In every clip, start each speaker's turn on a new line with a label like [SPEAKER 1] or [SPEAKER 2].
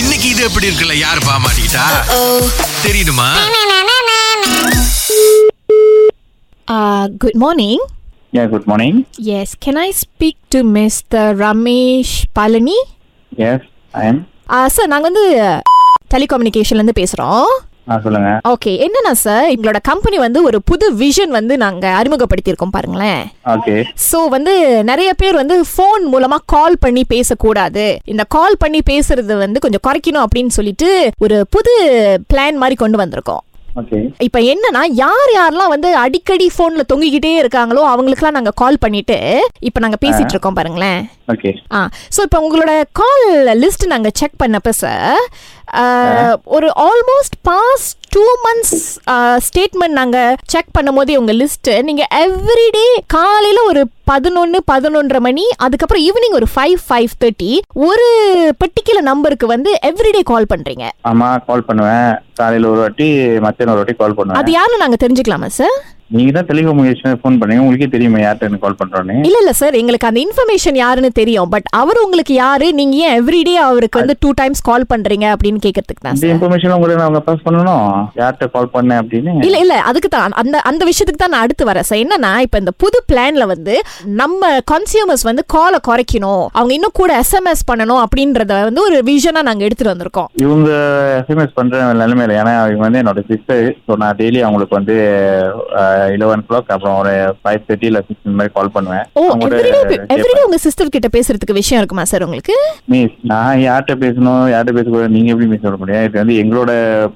[SPEAKER 1] இன்னைக்கு இது எப்படி இருக்குல்ல யாரு பாமாட்டா தெரியுமா
[SPEAKER 2] Uh, good morning.
[SPEAKER 3] Yeah, good morning.
[SPEAKER 2] Yes, can I speak to Mr. Ramesh Palani?
[SPEAKER 3] Yes, I am.
[SPEAKER 2] Uh, sir நாங்கள் வந்து டெலிகம்யூனிகேஷன்லேருந்து பேசுகிறோம்
[SPEAKER 3] ஆ சொல்லுங்க
[SPEAKER 2] ஓகே என்னன்னா சார் எங்களோட கம்பெனி வந்து ஒரு புது விஷன் வந்து நாங்கள் அறிமுகப்படுத்தியிருக்கோம் பாருங்களேன்
[SPEAKER 3] ஓகே
[SPEAKER 2] ஸோ வந்து நிறைய பேர் வந்து ஃபோன் மூலமா கால் பண்ணி பேசக்கூடாது இந்த கால் பண்ணி பேசுறது வந்து கொஞ்சம் குறைக்கணும் அப்படின்னு சொல்லிட்டு ஒரு புது பிளான் மாதிரி கொண்டு வந்திருக்கோம்
[SPEAKER 3] ஓகே
[SPEAKER 2] இப்போ என்னன்னா யார் யாரெல்லாம் வந்து அடிக்கடி ஃபோன்ல தொங்கிக்கிட்டே இருக்காங்களோ அவங்களுக்குலாம் நாங்க கால் பண்ணிட்டு இப்போ நாங்க பேசிட்டு இருக்கோம் பாருங்களேன்
[SPEAKER 3] ஓகே
[SPEAKER 2] ஆ ஸோ இப்போ உங்களோட கால் லிஸ்ட் நாங்க செக் பண்ணப்ப சார் ஒரு almost past two months statement நாங்க செக் பண்ணும்போதே உங்க லிஸ்ட் நீங்க எவ்ரிடே காலையில ஒரு பதினொன்று பதினொன்றரை மணி அதுக்கப்புறம் ஈவினிங் ஒரு ஃபைவ் ஃபைவ் தேர்ட்டி ஒரு பர்டிகுலர் நம்பருக்கு வந்து எவ்ரிடே கால் பண்றீங்க
[SPEAKER 3] ஆமா கால் பண்ணுவேன் காலையில ஒரு வாட்டி மத்தியானம் ஒரு வாட்டி கால்
[SPEAKER 2] அது
[SPEAKER 3] பண்ணுவேன்
[SPEAKER 2] யாரும் நாங்க தெரிஞ்சுக்கலாமா சார்
[SPEAKER 3] நீங்க தான் டெலிகம்யூனிகேஷன் ஃபோன் பண்ணீங்க உங்களுக்கே தெரியுமா யார்கிட்ட கால் பண்றோன்னு
[SPEAKER 2] இல்ல இல்ல சார் எங்களுக்கு அந்த இன்ஃபர்மேஷன் யாருன்னு தெரியும் பட் அவர் உங்களுக்கு யாரு நீங்க ஏன் எவ்ரிடே அவருக்கு வந்து டூ டைம்ஸ் கால் பண்றீங்க அப்படின்னு கேக்குறதுக்கு தான்
[SPEAKER 3] இந்த
[SPEAKER 2] சார்
[SPEAKER 3] இன்ஃபர்மேஷன் உங்களுக்கு நான் அவங்க பாஸ் பண்ணணும் யார்கிட்ட கால் பண்ணேன் அப்படின்னு
[SPEAKER 2] இல்ல இல்ல அதுக்கு தான் அந்த அந்த விஷயத்துக்கு தான் நான் அடுத்து வரேன் சார் என்னன்னா இப்ப இந்த புது பிளான்ல வந்து நம்ம கன்சியூமர்ஸ் வந்து காலை குறைக்கணும் அவங்க இன்னும் கூட எஸ்எம்எஸ் பண்ணணும் அப்படின்றத வந்து ஒரு விஷனா நாங்க எடுத்துட்டு வந்திருக்கோம்
[SPEAKER 3] இவங்க எஸ்எம்எஸ் பண்ற நிலைமையில ஏன்னா இவங்க வந்து என்னோட சிஸ்டர் ஸோ நான் டெய்லி அவங்களுக்கு வந்து இலவன் கிளாக் அப்புறம் ஒரு ஃபைவ் தேர்ட்டி இல்லை சிக்ஸ் இந்த மாதிரி கால் பண்ணுவேன்
[SPEAKER 2] ஓ
[SPEAKER 3] அவங்களோட
[SPEAKER 2] எவ்ரிடே
[SPEAKER 3] கேட்பேன்.
[SPEAKER 2] எவ்ரிடே உங்க சிஸ்டர் கிட்ட பேசுறதுக்கு விஷயம் இருக்குமா சார் உங்களுக்கு
[SPEAKER 3] மிஸ் நான் யார்கிட்ட பேசணும் யார்கிட்ட பேசக்கூடாது நீங்க எப்படி மிஸ் சொல்ல முடியும் இது வந்து எங்களோட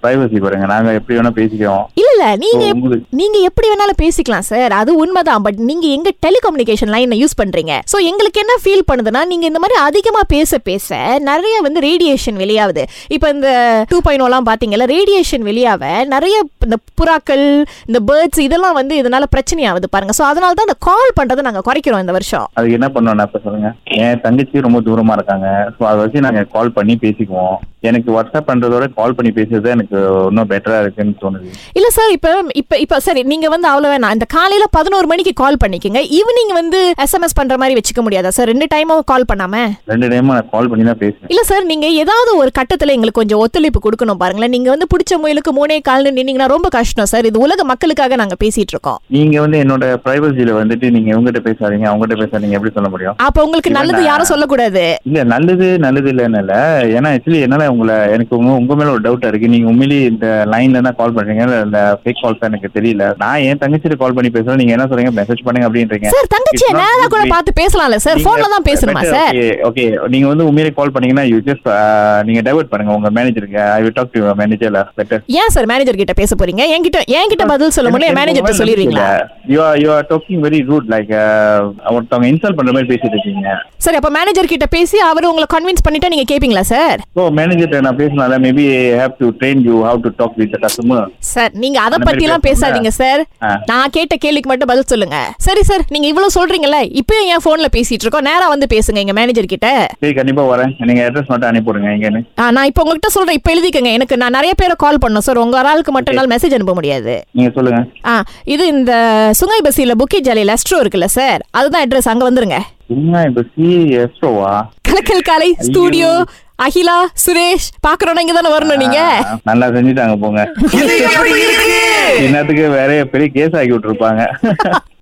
[SPEAKER 3] பிரைவசி பாருங்க நாங்க எப்படி வேணா பேசிக்கிறோம்
[SPEAKER 2] இல்ல இல்ல நீங்க
[SPEAKER 3] So,
[SPEAKER 2] எப்-
[SPEAKER 3] உங்களுக்கு-
[SPEAKER 2] நீங்க எப்படி வேணாலும் பேசிக்கலாம் சார் அது உண்மைதான் பட் நீங்க எங்க டெலிகம்யூனிகேஷன் லைனை யூஸ் பண்றீங்க சோ எங்களுக்கு என்ன ஃபீல் பண்ணுதுன்னா நீங்க இந்த மாதிரி அதிகமா பேச பேச நிறைய வந்து ரேடியேஷன் வெளியாகுது இப்போ இந்த டூ பாயிண்ட் பாத்தீங்கல்ல ரேடியேஷன் வெளியாவ நிறைய இந்த புறாக்கள் இந்த பேர்ட்ஸ் இதெல்லாம் வந்து இதனால பிரச்சனையாகுது பாருங்க சோ அதனால தான் இந்த கால் பண்றதை நாங்க குறைக்கிறோம் இந்த வருஷம்
[SPEAKER 3] அதுக்கு என்ன பண்ணணும் இப்ப சொல்லுங்க என் தங்கச்சி ரொம்ப தூரமா இருக்காங்க ஸோ அதை வச்சு நாங்க கால் பண்ணி பேசிக்குவோம் எனக்கு வாட்ஸ்அப் பண்றதோட கால் பண்ணி பேசுறது எனக்கு இன்னும் பெட்டரா இருக்குன்னு தோணுது
[SPEAKER 2] இல்ல சார் இப்போ இப்போ இப்போ சரி நீங்க வந்து அவ்வளோ வேணாம் இந்த காலையில பதினோரு மணிக்கு கால் பண்ணிக்கோங்க ஈவினிங் வந்து எஸ்எம்எஸ் பண்ற மாதிரி வச்சுக்க முடியாதா சார் ரெண்டு டைமும் கால் பண்ணாம
[SPEAKER 3] ரெண்டு டைமும் நான் கால் பண்ணி தான் பேசுவேன்
[SPEAKER 2] இல்ல சார் நீங்க ஏதாவது ஒரு கட்டத்துல எங்களுக்கு கொஞ்சம் ஒத்துழைப்பு கொடுக்கணும் பாருங்களேன் நீங்க வந்து பிடிச்ச முயலுக்கு மூணே கால்னு நின்னீங்கன்னா ரொம்ப கஷ்டம் சார் இது உலக மக்களுக்காக நாங்க பேசிட்டு இருக்கோம்
[SPEAKER 3] நீங்க வந்து என்னோட பிரைவசியில வந்துட்டு நீங்க இவங்ககிட்ட பேசாதீங்க அவங்ககிட்ட பேசாதீங்க எப்படி சொல்ல முடியும்
[SPEAKER 2] அப்ப உங்களுக்கு நல்லது யாரும் சொல்லக்கூடாது
[SPEAKER 3] இல்ல நல்லது நல்லது இல்லைன்னு இல்ல ஏன்னா ஆக்சுவலி என்னால உங்களை எனக்கு உங்க உங்க மேல ஒரு டவுட்டா இருக்கு நீங்க உண்மையிலேயே இந்த லைன்ல தான் கால் பண்றீங்க இல்ல இந்த ஃபேக் கால்ஸ் எனக்கு தெரியல நான் என் தங்கச்சிட்டு கால் பண்ணி பேசுறேன் நீங்க என்ன சொல்றீங்க மெசேஜ் பண்ணுங்க அப்படின்றீங்க
[SPEAKER 2] சார் தங்கச்சியை
[SPEAKER 3] It's not
[SPEAKER 2] நேரா கூட
[SPEAKER 3] good.
[SPEAKER 2] பார்த்து பேசலாம்ல சார் போன்ல தான் பேசணுமா சார்
[SPEAKER 3] ஓகே நீங்க வந்து உண்மையிலே கால் பண்ணீங்கன்னா யூ ஜஸ்ட் நீங்க டைவர்ட் பண்ணுங்க உங்க மேனேஜருக்கு I will talk to your manager better
[SPEAKER 2] ஏன் சார் மேனேஜர் கிட்ட பேச போறீங்க என்கிட்ட என்கிட்ட பதில் சொல்ல முடியல மேனேஜர் சொல்லிடுவீங்களா
[SPEAKER 3] you are you are talking very rude like uh, ஒருத்தவங்க இன்சல்ட் பண்ற மாதிரி பேசிட்டு இருக்கீங்க
[SPEAKER 2] சரி அப்ப மேனேஜர் கிட்ட பேசி அவர் உங்களை கன்வின்ஸ் பண்ணிட்டா நீங்க கேப்பீங்களா சார்
[SPEAKER 3] ஸோ மேனேஜர்கிட்ட நான் பேசினால maybe have to train you how to talk with customer
[SPEAKER 2] sir நீங்க அத
[SPEAKER 3] அந்த மாதிரி
[SPEAKER 2] பத்தி எல்லாம் பேசாதீங்க சார்
[SPEAKER 3] ஆ.
[SPEAKER 2] நான் கேட்ட கேள்விக்கு மட்டும் பதில் சொல்லுங்க சரி சார் நீங்க இவ்வளவு சொல்றீங்கல்ல இப்பயும் ஏன் போன்ல பேசிட்டு இருக்கோம் நேரா வந்து பேசுங்க எங்க மேனேஜர் கிட்ட
[SPEAKER 3] சரி கண்டிப்பா வரேன் நீங்க அட்ரஸ் மட்டும் அனுப்பிவிடுங்க எங்கன்னு
[SPEAKER 2] ஆ, நான் இப்போ உங்ககிட்ட சொல்றேன் இப்போ எழுதிக்கங்க எனக்கு நான் நிறைய பேரை கால் பண்ணோம் சார் உங்க ஒரு ஆளுக்கு மட்டும் என்னால் மெசேஜ் அனுப்ப முடியாது
[SPEAKER 3] நீங்க சொல்லுங்க
[SPEAKER 2] ஆ இது இந்த சுங்கை பசியில் புக்கி ஜாலியில் அஸ்ட்ரோ இருக்குல்ல சார் அதுதான் அட்ரஸ் அங்கே வந்துருங்க
[SPEAKER 3] என்ன இப்ப சி எஸ்ரோவா
[SPEAKER 2] கலக்கல் காலை ஸ்டூடியோ அகிலா சுரேஷ் பார்க்குறோன்னா இங்கே தானே வரணும் நீங்க
[SPEAKER 3] நல்லா செஞ்சுட்டாங்க போங்க என்னத்துக்கு வேற பெரிய கேஸ் ஆக்கி விட்டுருப்பாங்க